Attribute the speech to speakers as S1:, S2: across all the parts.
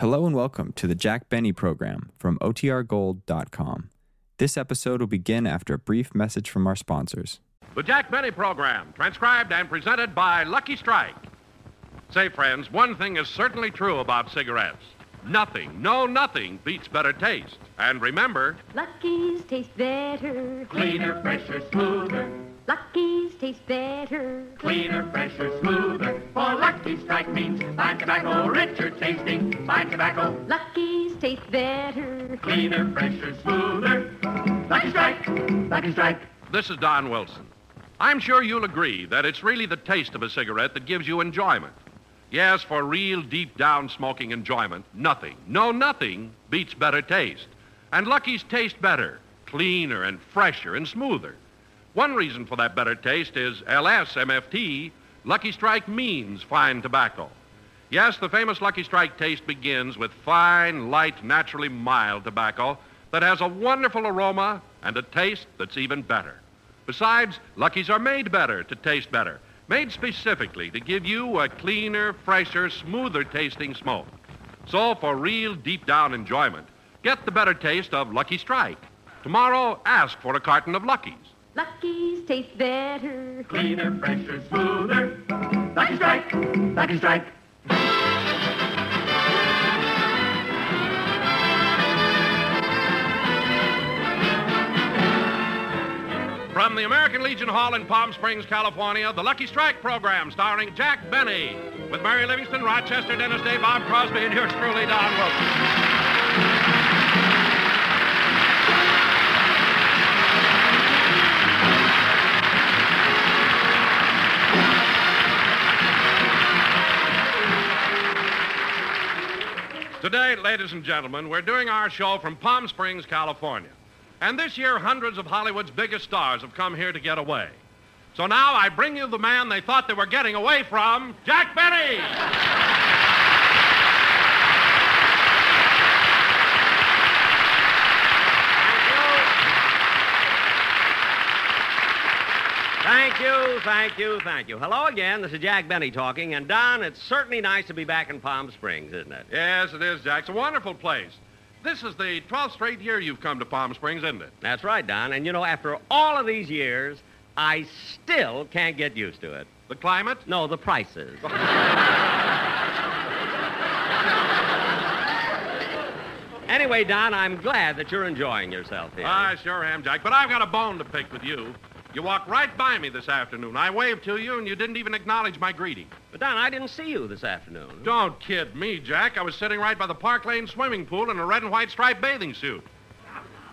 S1: Hello and welcome to the Jack Benny program from OTRGold.com. This episode will begin after a brief message from our sponsors.
S2: The Jack Benny program, transcribed and presented by Lucky Strike. Say, friends, one thing is certainly true about cigarettes. Nothing, no nothing beats better taste. And remember,
S3: Lucky's taste better.
S4: Cleaner, fresher, smoother.
S3: Lucky's taste better.
S4: Cleaner, fresher, smoother. For Lucky Strike means fine tobacco, richer tasting. Fine tobacco.
S3: Lucky's taste better.
S4: Cleaner, fresher, smoother. Lucky Strike. Lucky Strike.
S2: this is Don Wilson. I'm sure you'll agree that it's really the taste of a cigarette that gives you enjoyment. Yes, for real deep down smoking enjoyment, nothing, no nothing beats better taste. And Lucky's taste better, cleaner and fresher and smoother. One reason for that better taste is LSMFT, Lucky Strike means fine tobacco. Yes, the famous Lucky Strike taste begins with fine, light, naturally mild tobacco that has a wonderful aroma and a taste that's even better. Besides, Luckies are made better to taste better, made specifically to give you a cleaner, fresher, smoother tasting smoke. So for real deep down enjoyment, get the better taste of Lucky Strike. Tomorrow, ask for a carton of Luckies.
S3: Lucky's taste better.
S4: Cleaner, fresher, smoother. Lucky Strike. Lucky Strike.
S2: From the American Legion Hall in Palm Springs, California, the Lucky Strike program starring Jack Benny with Mary Livingston, Rochester, Dennis Day, Bob Crosby, and yours truly, Don Wilson. Today, ladies and gentlemen, we're doing our show from Palm Springs, California. And this year, hundreds of Hollywood's biggest stars have come here to get away. So now I bring you the man they thought they were getting away from, Jack Benny!
S5: Thank you, thank you, thank you. Hello again. This is Jack Benny talking. And Don, it's certainly nice to be back in Palm Springs, isn't it?
S2: Yes, it is, Jack. It's a wonderful place. This is the 12th straight year you've come to Palm Springs, isn't it?
S5: That's right, Don. And you know, after all of these years, I still can't get used to it.
S2: The climate?
S5: No, the prices. anyway, Don, I'm glad that you're enjoying yourself here.
S2: I Ah, sure am, Jack. But I've got a bone to pick with you. You walked right by me this afternoon. I waved to you, and you didn't even acknowledge my greeting.
S5: But Don, I didn't see you this afternoon.
S2: Don't kid me, Jack. I was sitting right by the Park Lane swimming pool in a red and white striped bathing suit.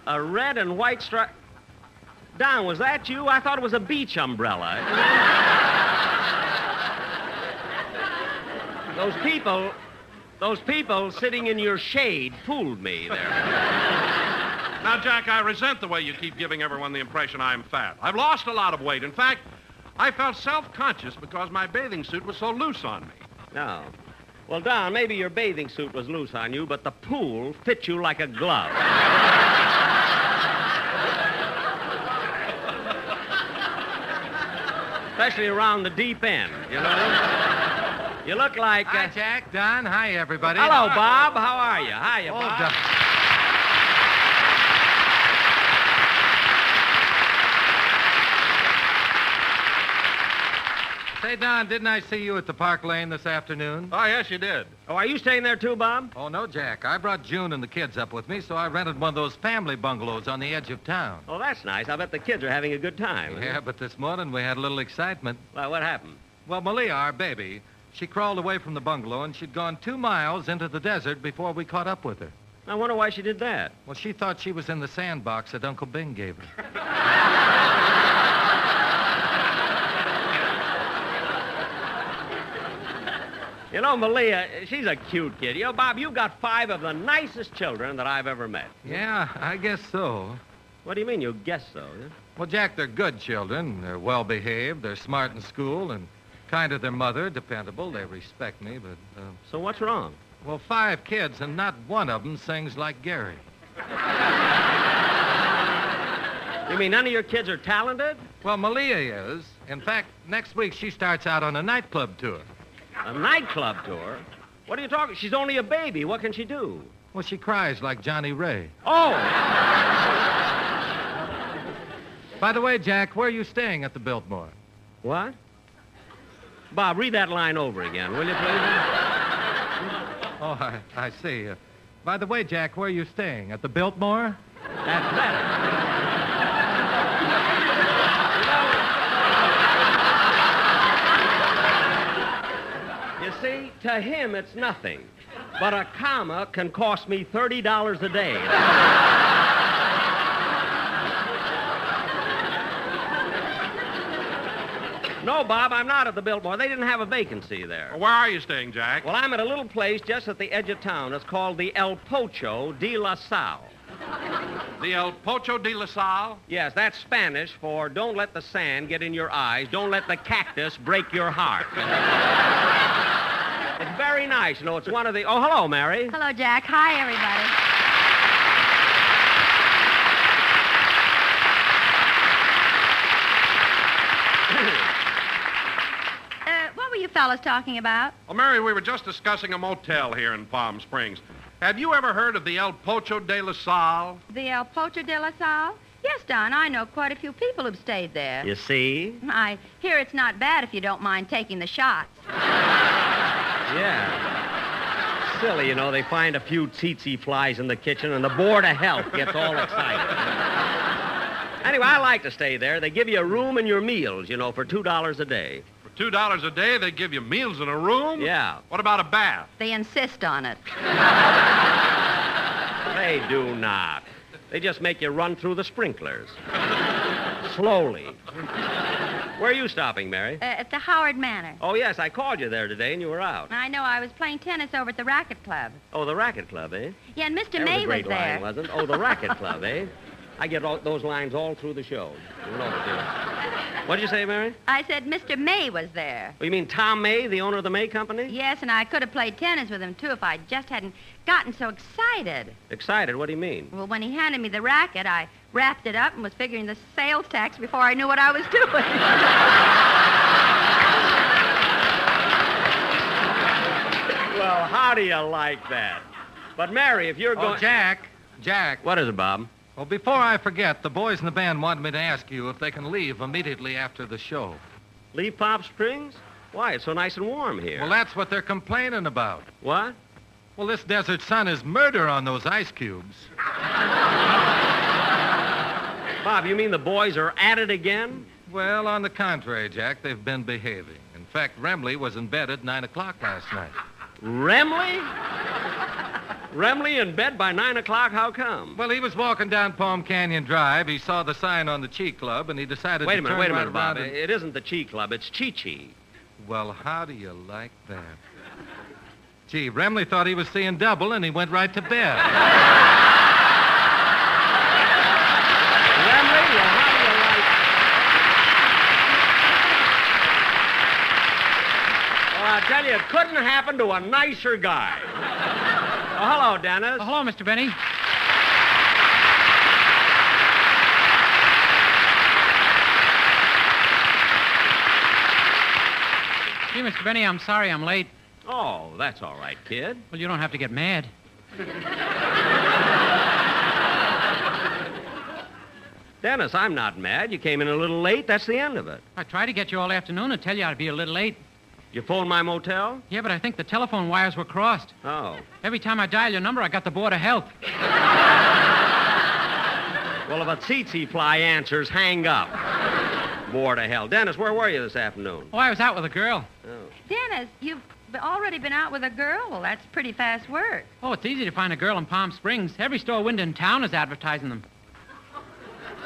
S5: A red and white stripe. Don, was that you? I thought it was a beach umbrella. those people, those people sitting in your shade fooled me there.
S2: Now, Jack, I resent the way you keep giving everyone the impression I'm fat. I've lost a lot of weight. In fact, I felt self-conscious because my bathing suit was so loose on me.
S5: No. Well, Don, maybe your bathing suit was loose on you, but the pool fit you like a glove. Especially around the deep end, you know? You look like.
S6: Hi,
S5: uh,
S6: Jack. Don. Hi, everybody.
S5: Hello, Bob. How are you? Hiya,
S6: Oh,
S5: Bob.
S6: Don. Say, Don, didn't I see you at the Park Lane this afternoon?
S2: Oh, yes, you did.
S5: Oh, are you staying there too, Bob?
S6: Oh, no, Jack. I brought June and the kids up with me, so I rented one of those family bungalows on the edge of town.
S5: Oh, that's nice. I bet the kids are having a good time.
S6: Yeah, but this morning we had a little excitement.
S5: Well, what happened?
S6: Well, Malia, our baby, she crawled away from the bungalow and she'd gone two miles into the desert before we caught up with her.
S5: I wonder why she did that.
S6: Well, she thought she was in the sandbox that Uncle Bing gave her.
S5: You know, Malia, she's a cute kid. You know, Bob, you got five of the nicest children that I've ever met.
S6: Yeah, I guess so.
S5: What do you mean you guess so?
S6: Well, Jack, they're good children. They're well behaved. They're smart in school and kind to their mother, dependable. They respect me, but, uh,
S5: So what's wrong?
S6: well, five kids, and not one of them sings like Gary.
S5: You mean none of your kids are talented?
S6: Well, Malia is. In fact, next week she starts out on a nightclub tour.
S5: A nightclub tour? What are you talking? She's only a baby. What can she do?
S6: Well, she cries like Johnny Ray.
S5: Oh,
S6: By the way, Jack, where are you staying at the Biltmore?
S5: what? Bob, read that line over again, will you, please?
S6: Oh, I, I see. Uh, by the way, Jack, where are you staying? At the Biltmore?
S5: That's better. You see, to him it's nothing, but a comma can cost me thirty dollars a day. No, Bob, I'm not at the Biltmore. They didn't have a vacancy there.
S2: Where are you staying, Jack?
S5: Well, I'm at a little place just at the edge of town. It's called the El Pocho de la Sal.
S2: The El Pocho de La Salle?
S5: Yes, that's Spanish for don't let the sand get in your eyes, don't let the cactus break your heart. it's very nice. You know, it's one of the. Oh, hello, Mary.
S7: Hello, Jack. Hi, everybody. Uh, what were you fellas talking about?
S2: Well, Mary, we were just discussing a motel here in Palm Springs. Have you ever heard of the El Pocho de La Salle?
S7: The El Pocho de la Salle? Yes, Don. I know quite a few people who've stayed there.
S5: You see?
S7: I hear it's not bad if you don't mind taking the shots.
S5: Yeah. Silly, you know, they find a few tsetse flies in the kitchen, and the board of health gets all excited. anyway, I like to stay there. They give you a room and your meals, you know, for $2 a day.
S2: For two dollars a day, they give you meals and a room?
S5: Yeah.
S2: What about a bath?
S7: They insist on it.
S5: They do not. They just make you run through the sprinklers. Slowly. Where are you stopping, Mary?
S7: Uh, at the Howard Manor.
S5: Oh, yes, I called you there today, and you were out.
S7: I know I was playing tennis over at the racket club.
S5: Oh, the racket club, eh?
S7: Yeah, and Mr.
S5: That was
S7: May
S5: a great
S7: was there.
S5: line, wasn't? it? Oh, the racket club, eh? I get all, those lines all through the show. You know what to do. What'd you say, Mary?
S7: I said Mr. May was there.
S5: Oh, you mean Tom May, the owner of the May Company?
S7: Yes, and I could have played tennis with him too if I just hadn't gotten so excited.
S5: Excited, what do you mean?
S7: Well, when he handed me the racket, I wrapped it up and was figuring the sales tax before I knew what I was doing.
S5: Well, how do you like that? But, Mary, if you're
S6: Oh, Jack. Jack.
S5: What is it, Bob?
S6: Well, before I forget, the boys in the band wanted me to ask you if they can leave immediately after the show.
S5: Leave Pop Springs? Why, it's so nice and warm here.
S6: Well, that's what they're complaining about.
S5: what?
S6: Well, this desert sun is murder on those ice cubes.
S5: Bob, you mean the boys are at it again?
S6: Well, on the contrary, Jack, they've been behaving. In fact, Remley was in bed at 9 o'clock last night.
S5: Remley? Remley in bed by 9 o'clock? How come?
S6: Well, he was walking down Palm Canyon Drive. He saw the sign on the Chi Club, and he decided
S5: wait
S6: to
S5: a minute,
S6: turn
S5: wait a
S6: right
S5: minute,
S6: around
S5: Bob.
S6: and-
S5: It isn't the Chi Club, it's Chi Chi.
S6: Well, how do you like that? Gee, Remley thought he was seeing double, and he went right to bed.
S5: Remley, well, how do you like. Well, I tell you, it couldn't happen to a nicer guy. Oh, hello, Dennis.
S8: hello, Mr. Benny. Gee, Mr. Benny, I'm sorry I'm late.
S5: Oh, that's all right, kid.
S8: Well, you don't have to get mad.
S5: Dennis, I'm not mad. You came in a little late. That's the end of it.
S8: I tried to get you all afternoon and tell you I'd be a little late.
S5: You phoned my motel?
S8: Yeah, but I think the telephone wires were crossed.
S5: Oh.
S8: Every time I dial your number, I got the board of health.
S5: Well, if a tsetse fly answers, hang up. Bored of hell. Dennis, where were you this afternoon?
S8: Oh, I was out with a girl.
S7: Dennis, you've b- already been out with a girl. Well, that's pretty fast work.
S8: Oh, it's easy to find a girl in Palm Springs. Every store window in town is advertising them.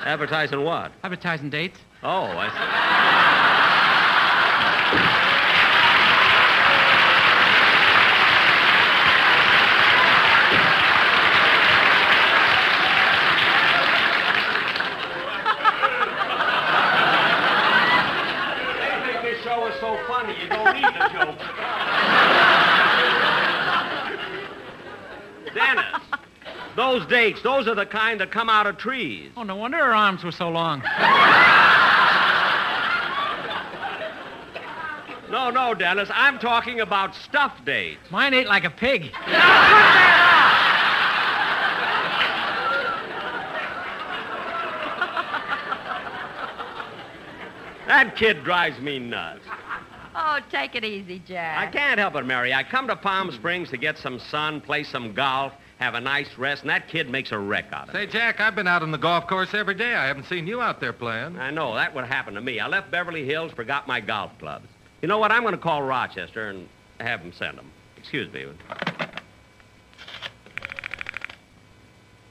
S5: Advertising what?
S8: Advertising dates.
S5: Oh, I see. They think this show is so funny, you don't need the joke. Dennis, those dates, those are the kind that come out of trees.
S8: Oh, no wonder her arms were so long.
S5: No, No, no, Dennis. I'm talking about stuffed dates.
S8: Mine ate like a pig.
S5: That kid drives me nuts.
S7: Oh, take it easy,
S5: I
S7: Jack.
S5: can't help it, Mary. I come to Palm Springs to get some sun, play some golf, have a nice rest, and that kid makes a wreck out of it.
S6: Say, Jack, I've been out on the golf course every day. I haven't seen you out there playing.
S5: I know, that would happen to me. I left Beverly Hills, forgot my golf clubs. You know what? I'm going to call Rochester and have them send them. Excuse me.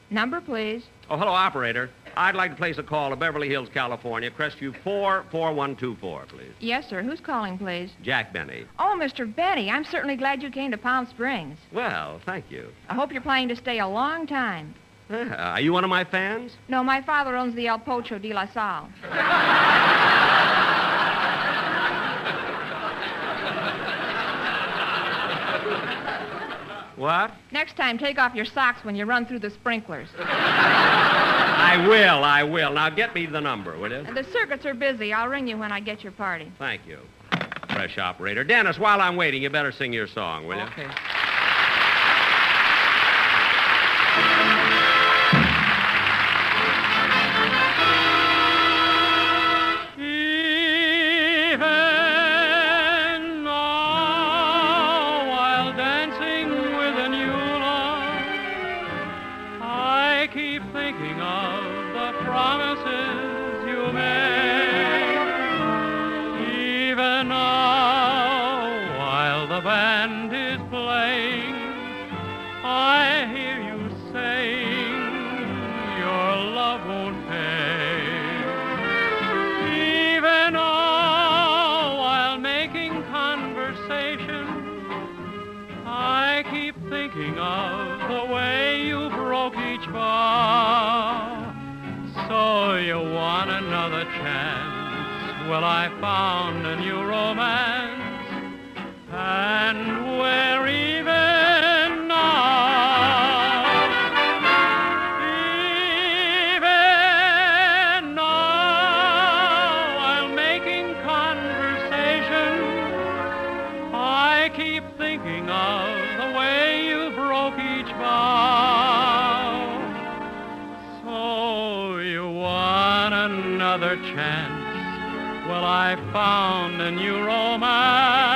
S7: Number, please.
S5: Oh, hello, operator. I'd like to place a call to Beverly Hills, California, Crestview 44124, please.
S7: Yes, sir. Who's calling, please?
S5: Jack Benny.
S7: Oh, Mr. Betty, I'm certainly glad you came to Palm Springs.
S5: Well, thank you.
S7: I hope you're planning to stay a long time.
S5: Yeah, are you one of my fans?
S7: No, my father owns the El Pocho de La Salle.
S5: What?
S7: Next time, take off your socks when you run through the sprinklers.
S5: I will, I will. Now get me the number, will you?
S7: The circuits are busy. I'll ring you when I get your party.
S5: Thank you. Fresh operator. Dennis, while I'm waiting, you better sing your song, will you?
S8: Okay. Even now, oh, while dancing with a new love, I keep thinking of the promises you made. Even now, while the band is playing, I hear you saying your love won't pay. Even now, while making conversation, I keep thinking of the way you broke each bar. So you want another chance? Well, I found a new romance, and we're even now. Even now, while making conversation, I keep thinking of the way you broke each vow. So you want another chance? Well, I found a new romance.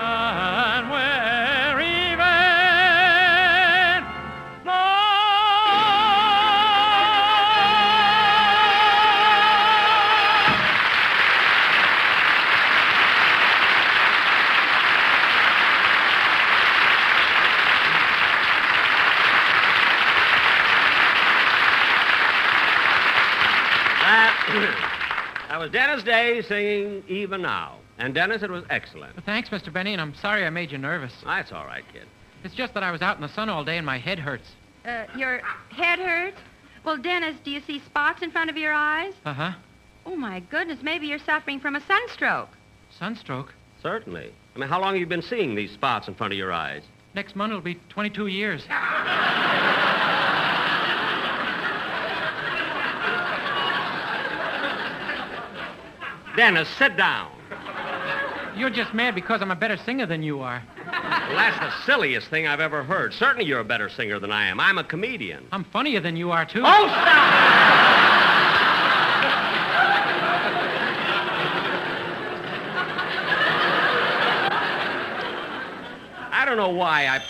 S8: And we're even now.
S5: That, Ah, that was Dennis Day singing Even Now. And Dennis, it was excellent.
S8: Thanks, Mr. Benny, and I'm sorry I made you nervous.
S5: That's all right, kid.
S8: It's just that I was out in the sun all day and my head hurts.
S7: Uh, your head hurts? Well, Dennis, do you see spots in front of your eyes?
S8: Uh huh.
S7: Oh, my goodness. Maybe you're suffering from a sunstroke.
S8: Sunstroke.
S5: Certainly. I mean, how long have you been seeing these spots in front of your eyes?
S8: Next month it'll be 22 years.
S5: Dennis, sit down.
S8: You're just mad because I'm a better singer than you are.
S5: Well, that's the silliest thing I've ever heard. Certainly you're a better singer than I am. I'm a comedian.
S8: I'm funnier than you are, too.
S5: Oh, stop! I don't know why I.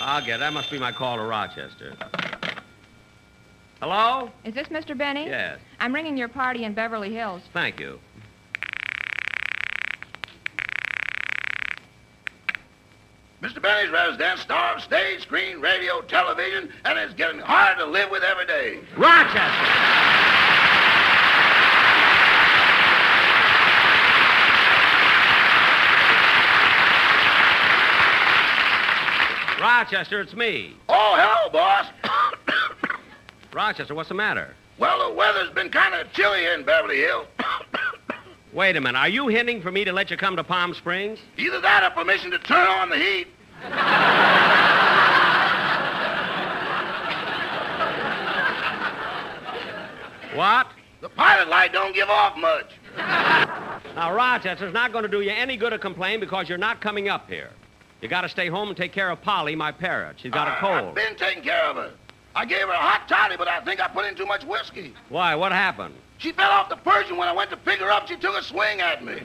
S5: I'll get it. That must be my call to Rochester. Hello?
S7: Is this Mr. Benny?
S5: Yes.
S7: I'm ringing your party in Beverly Hills.
S5: Thank you.
S9: Mr. Benny's residence storm stage, screen, radio, television, and it's getting hard to live with every day.
S5: Rochester! Rochester, it's me.
S9: Oh, hell, boss.
S5: Rochester, what's the matter?
S9: well, the weather's been kind of chilly here in Beverly Hills.
S5: Wait a minute. Are you hinting for me to let you come to Palm Springs?
S9: Either that or permission to turn on the heat.
S5: What?
S9: The pilot light don't give off much.
S5: Now, Now, Rochester's not going to do you any good to complain because you're not coming up here. You got to stay home and take care of Polly, my parrot. She's got a
S9: I've
S5: cold.
S9: been taking care of her. I gave her a hot toddy, but I think I put in too much whiskey.
S5: Why? What happened?
S9: She fell off the Persian when I went to pick her up. She took a swing at me.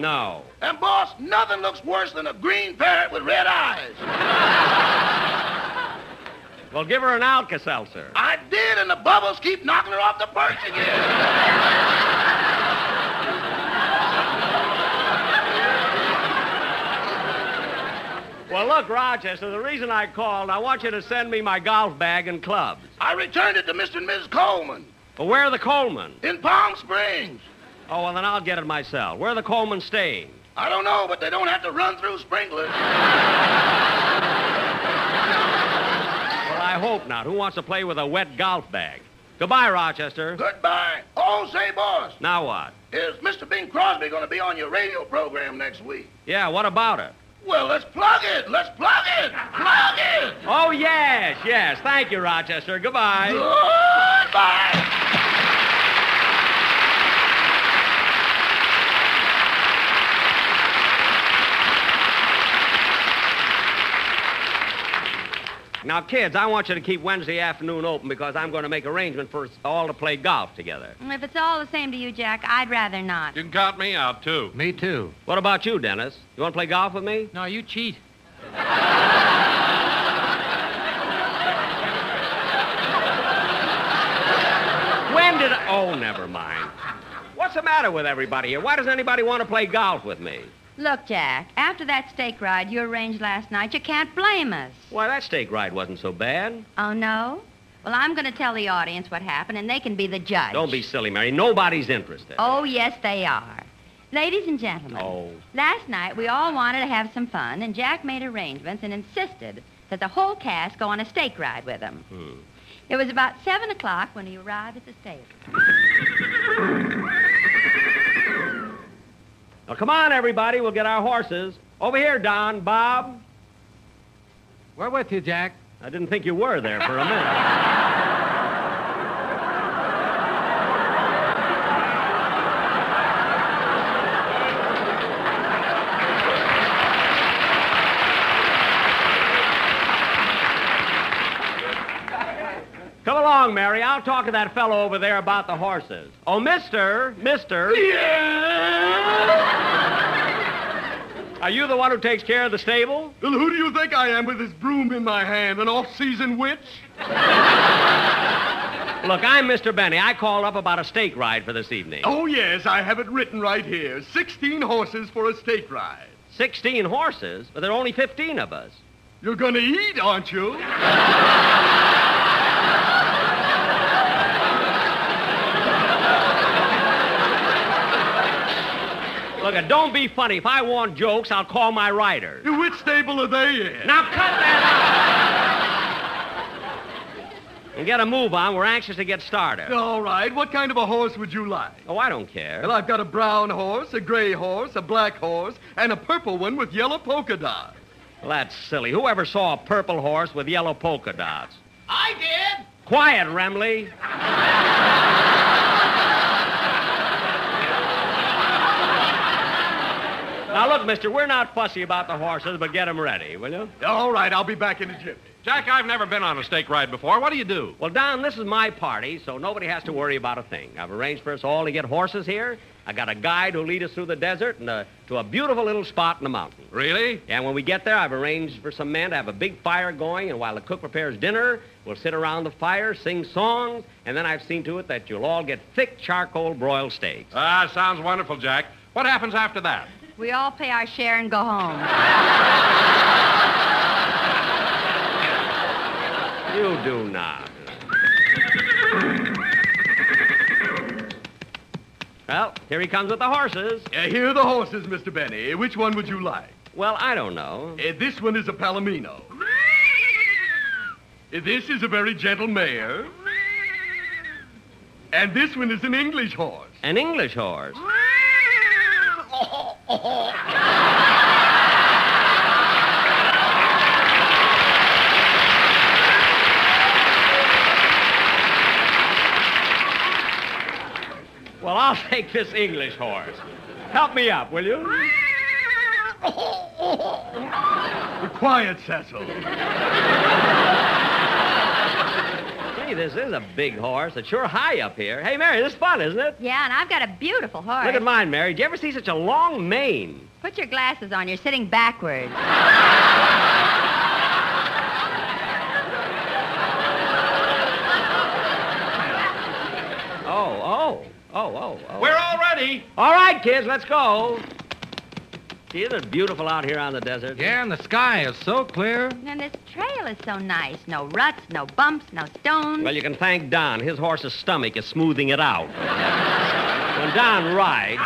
S5: No.
S9: And, boss, nothing looks worse than a green parrot with red eyes.
S5: Well, give her an Alka-Seltzer.
S9: I did, and the bubbles keep knocking her off the perch again.
S5: Well, look, Rochester, the reason I called, I want you to send me my golf bag and clubs.
S9: I returned it to Mr. and Mrs. Coleman
S5: Well, where are the Coleman?
S9: in Palm Springs.
S5: Oh, well, then I'll get it myself. Where are the Coleman staying?
S9: I don't know, but they don't have to run through sprinklers.
S5: Well, I hope not. Who wants to play with a wet golf bag? Goodbye, Rochester.
S9: Goodbye. Oh, say, boss,
S5: Now what?
S9: is Mr. Bing Crosby going to be on your radio program next week?
S5: Yeah, what about it?
S9: Well, let's plug it. Let's plug it. Plug it.
S5: Oh, yes, yes. Thank you, Rochester. Goodbye.
S9: Goodbye.
S5: Now, kids, I want you to keep Wednesday afternoon open because I'm going to make arrangements for us all to play golf together.
S7: Mm, If it's all the same to you, Jack, I'd rather not.
S2: You can count me out, too.
S6: Me too.
S5: What about you, Dennis? You want to play golf with me?
S8: No, you cheat.
S5: When did I... Oh, never mind. What's the matter with everybody here? Why doesn't anybody want to play golf with me?
S7: Look, Jack, after that steak ride you arranged last night, you can't blame us.
S5: Why, that stake ride wasn't so bad.
S7: Oh, no? Well, I'm going to tell the audience what happened, and they can be the judge.
S5: Don't be silly, Mary. Nobody's interested.
S7: Oh, yes, they are. Ladies and gentlemen,
S5: Oh.
S7: last night we all wanted to have some fun, and Jack made arrangements and insisted that the whole cast go on a stake ride with him. It was about 7 o'clock when he arrived at the stake.
S5: Now, come on, everybody. We'll get our horses. Over here, Don, Bob.
S6: We're with you, Jack.
S5: I didn't think you were there for a minute. Come along, Mary. I'll talk to that fellow over there about the horses. Oh, mister, mister. Are you the one who takes care of the stable?
S2: Well, who do you think I am with this broom in my hand? An off season witch?
S5: Look, I'm Mr. Benny. I called up about a stake ride for this evening.
S2: Oh, yes, I have it written right here 16 horses for a stake ride.
S5: 16 horses, but there are only 15 of us.
S2: You're gonna eat, aren't you?
S5: Look, uh, don't be funny. If I want jokes, I'll call my riders.
S2: Which stable are they in?
S5: Now cut that out. and get a move on. We're anxious to get started.
S2: All right, what kind of a horse would you like?
S5: Oh, I don't care.
S2: Well, I've got a brown horse, a gray horse, a black horse, and a purple one with yellow polka dots.
S5: Well, that's silly. Who ever saw a purple horse with yellow polka dots? I did. Quiet, Remley. now, look, mister, we're not fussy about the horses, but get 'em ready, will you?
S2: All right, I'll be back in a jiffy.
S5: Jack, I've never been on a
S2: Stake ride before. What do you do?
S5: Well, Don, this is my party, so nobody has to worry about a thing. I've arranged for us all to get horses here. I got a guide who'll lead us through the desert and uh, to a beautiful little spot in the mountain.
S2: Really?
S5: And when we get there, I've arranged for some men to have a big fire going, and while the cook prepares dinner, we'll sit around the fire, sing songs, and then I've seen to it that you'll all get thick charcoal broiled steaks.
S2: Ah, sounds wonderful, Jack. What happens after that?
S7: We all pay our share and go home.
S5: You do not. Well, here he comes with the horses.
S2: Uh, here are the horses, Mr. Benny. Which one would you like?
S5: Well, I don't know.
S2: Uh, this one is a Palomino. Uh, this is a very gentle mare. And this one is an English horse.
S5: An English horse. Well, I'll take this English horse. Help me up, will you?
S10: Quiet, Cecil.
S5: Gee, this is a big horse. It's sure high up here. Hey, Mary, this is fun, isn't it?
S7: Yeah, and I've got a beautiful horse.
S5: Look at mine, Mary. Did you ever see such a long mane?
S7: Put your glasses on. You're sitting backwards.
S5: Oh, oh, oh, oh, oh.
S2: We're all ready.
S5: All right, kids, let's go. Gee, isn't it beautiful out here on the desert?
S6: Yeah, and the sky is so clear.
S7: and this trail is so nice. No ruts, no bumps, no stones.
S5: Well, you can thank Don. His horse's stomach is smoothing it out. when Don rides.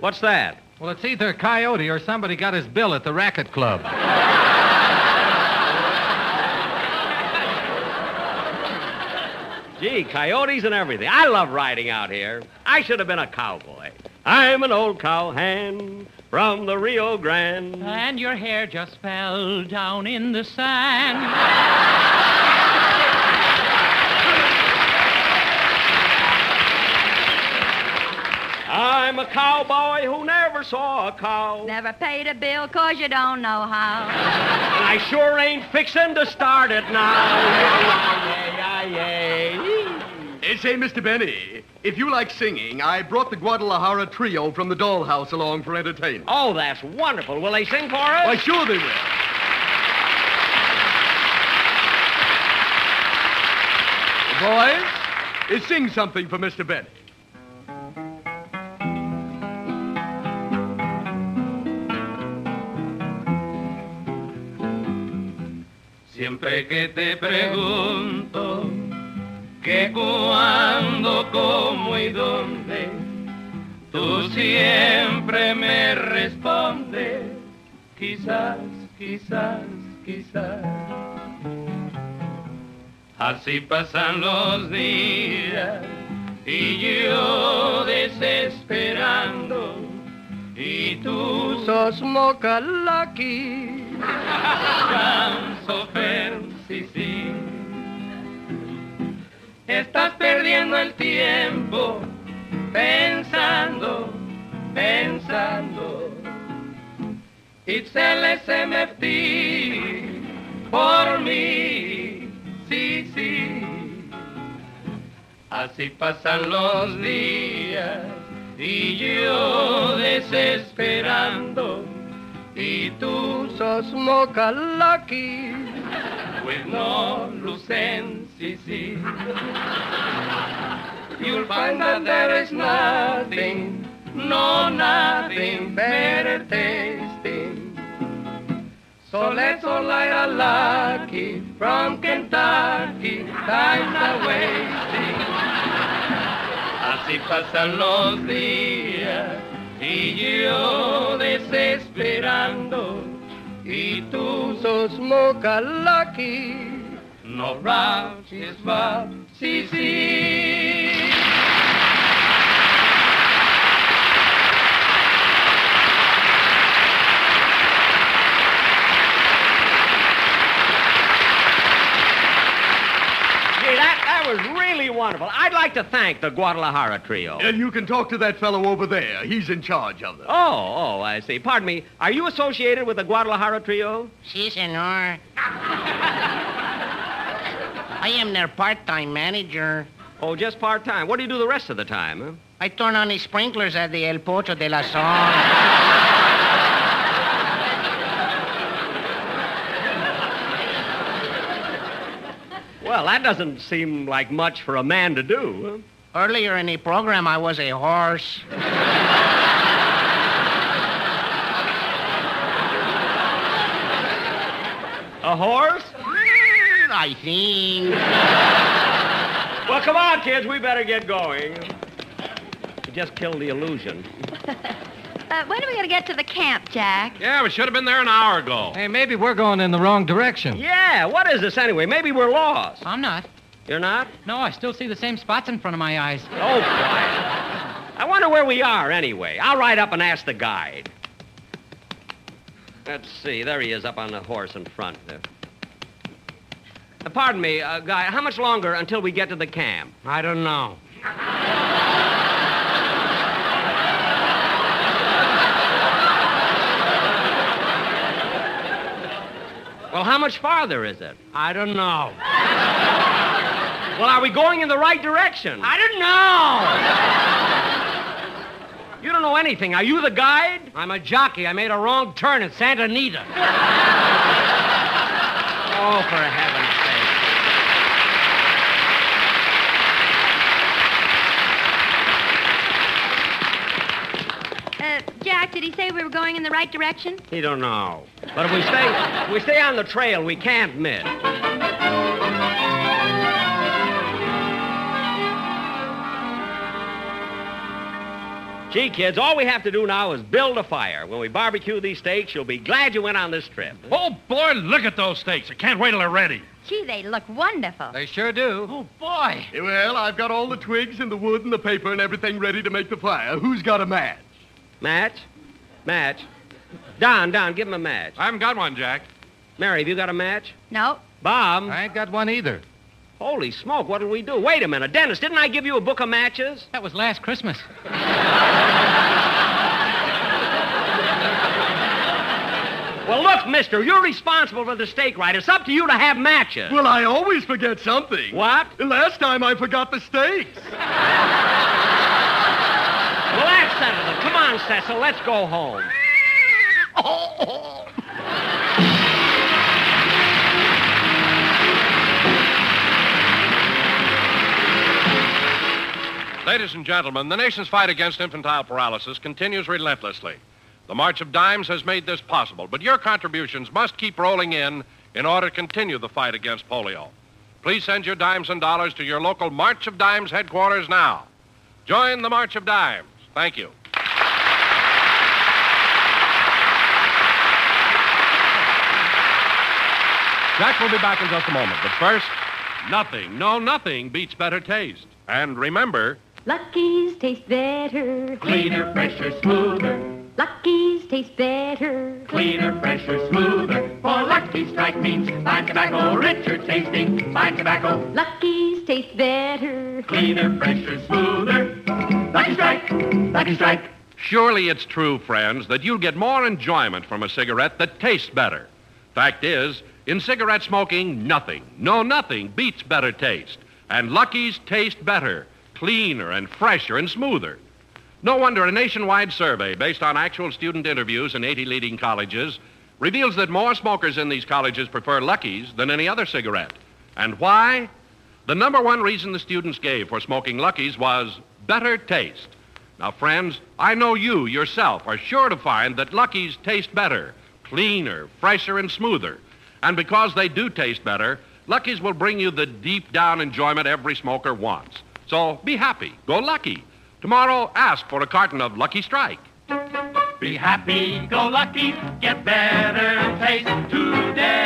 S5: What's that?
S6: Well, it's either a coyote or somebody got his bill at the racket club.
S5: Gee, coyotes and everything. I love riding out here. I should have been a cowboy. I'm an old cowhand from the Rio Grande.
S8: And your hair just fell down in the sand.
S5: I'm a cowboy who never saw a cow.
S7: Never paid a bill 'cause you don't know how.
S5: And I sure ain't fixin' to start it now. Yay, yay, yay, yay.
S10: Hey, say, Mr. Benny, if you like singing, I brought the Guadalajara trio from the dollhouse along for entertainment.
S5: Oh, that's wonderful. Will they sing for us?
S10: Why, sure they will. Boys, eh, sing something for Mr. Benny.
S4: Siempre que te pregunto que cuándo, cómo y dónde, tú siempre me respondes, quizás, quizás, quizás. Así pasan los días y yo desesperando y tú sos moca lucky. Sans sí, sí. Estás perdiendo el tiempo pensando, pensando. It's LSMFT por mí, sí, sí. Así pasan los días y yo desesperando. Y tú sos moca lucky with no lucency. You'll find that there is nothing, no nothing better tasting. So let's all light a lucky from Kentucky, time's a wasting. Así pasan los días y yo desesperando y tú sos moca lucky. No raches, va, sí, sí.
S5: Gee, that, that was really wonderful. I'd like to thank the Guadalajara Trio.
S10: And you can talk to that fellow over there. He's in charge of them.
S5: Oh, oh, I see. Pardon me. Are you associated with the Guadalajara Trio?
S11: Si, senor. I am their part-time manager.
S5: Oh, just part time. What do you do the rest of the time? Huh?
S11: I turn on the sprinklers at the El Pocho de la Sol.
S5: Well, that doesn't seem like much for a man to do.
S11: Earlier in the program, I was a horse.
S5: A horse?
S11: I think.
S5: Well, come on, kids. We better get going. You just killed the illusion.
S7: Uh, when are we going to get to the camp, Jack?
S2: Yeah, we should have been there an hour ago.
S6: Hey, maybe we're going in the wrong direction.
S5: Yeah, what is this anyway? Maybe we're lost.
S12: I'm not.
S5: You're not?
S12: No, I still see the same spots in front of my eyes.
S5: Oh, quiet. I wonder where we are anyway. I'll ride up and ask the guide. Let's see. There he is up on the horse in front. There. Uh, pardon me, uh, guy. How much longer until we get to the camp?
S11: I don't know.
S5: Well, how much farther is it?
S12: I don't know.
S5: Well, are we going in the right direction?
S12: I don't know.
S5: You don't know anything. Are you the guide?
S12: I'm a jockey. I made a wrong turn at Santa Anita.
S5: Oh, for heaven's sake.
S7: Uh, Jack, did he say we were going in the right direction?
S5: He don't know. But if we stay, if we stay on the trail, we can't miss. Gee, kids, all we have to do now is build a fire. When we barbecue these steaks, you'll be glad you went on this trip.
S13: Oh, boy, look at those steaks. I can't wait till they're ready.
S7: Gee, they look wonderful.
S6: They sure do.
S12: Oh, boy.
S10: Eh, Well, I've got all the twigs and the wood and the paper and everything ready to make the fire. Who's got a match?
S5: Match? Match? Don, Don, give him a match.
S2: I haven't got one, Jack.
S5: Mary, have you got a match?
S7: No.
S5: Bob?
S6: I ain't got one either.
S5: Holy smoke, what did we do? Wait a minute. Dennis, didn't I give you a book of matches?
S12: That was last Christmas.
S5: Well, look, mister, you're responsible for the steak right. It's up to you to have matches.
S10: Well, I always forget something.
S5: What?
S10: Last time I forgot the steaks.
S5: Well, that settles it. Come on, Cecil, let's go home.
S2: Ladies and gentlemen, the nation's fight against infantile paralysis continues relentlessly. The March of Dimes has made this possible, but your contributions must keep rolling in in order to continue the fight against polio. Please send your dimes and dollars to your local March of Dimes headquarters now. Join the March of Dimes. Thank you. Jack will be back in just a moment, but first, nothing, no nothing beats better taste. And remember,
S3: Lucky's taste better.
S4: Cleaner, fresher, smoother.
S3: Lucky's taste better.
S4: Cleaner, fresher, smoother. For Lucky Strike means fine tobacco, richer tasting. Fine tobacco.
S3: Lucky's taste better.
S4: Cleaner, fresher, smoother. Lucky Strike. Lucky Strike.
S2: Surely it's true, friends, that you'll get more enjoyment from a cigarette that tastes better. Fact is, in cigarette smoking, nothing, no nothing beats better taste. And Lucky's taste better, cleaner and fresher and smoother. No wonder a nationwide survey based on actual student interviews in 80 leading colleges reveals that more smokers in these colleges prefer Lucky's than any other cigarette. And why? The number one reason the students gave for smoking Lucky's was better taste. Now, friends, I know you yourself are sure to find that Lucky's taste better, cleaner, fresher, and smoother. And because they do taste better, Lucky's will bring you the deep down enjoyment every smoker wants. So be happy. Go lucky. Tomorrow, ask for a carton of Lucky Strike.
S4: Be happy, go lucky, get better taste today.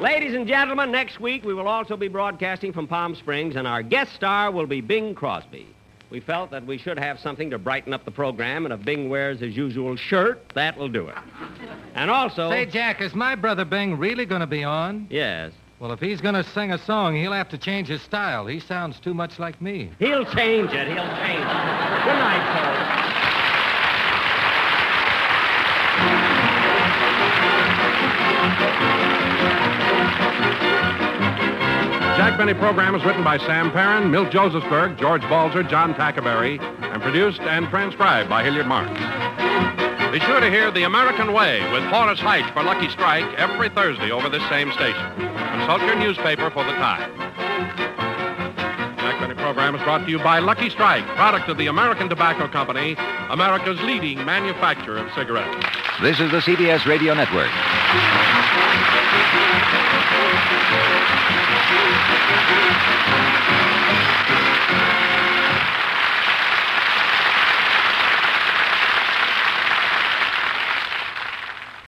S5: Ladies and gentlemen, next week we will also be broadcasting from Palm Springs, and our guest star will be Bing Crosby. We felt that we should have something to brighten up the program, and if Bing wears his usual shirt, that'll do it. And also.
S6: Say, Jack, is my brother Bing really going to be on?
S5: Yes.
S6: Well, if he's going to sing a song, he'll have to change his style. He sounds too much like me.
S5: He'll change it. He'll change it. Good night, folks.
S2: Jack Benny program is written by Sam Perrin, Milt Josephsberg, George Balzer, John Tackerberry, and produced and transcribed by Hilliard Marks. Be sure to hear The American Way with Horace Height for Lucky Strike every Thursday over this same station. Consult your newspaper for the time. Jack Benny program is brought to you by Lucky Strike, product of the American Tobacco Company, America's leading manufacturer of cigarettes.
S14: This is the CBS Radio Network.
S4: Thank you.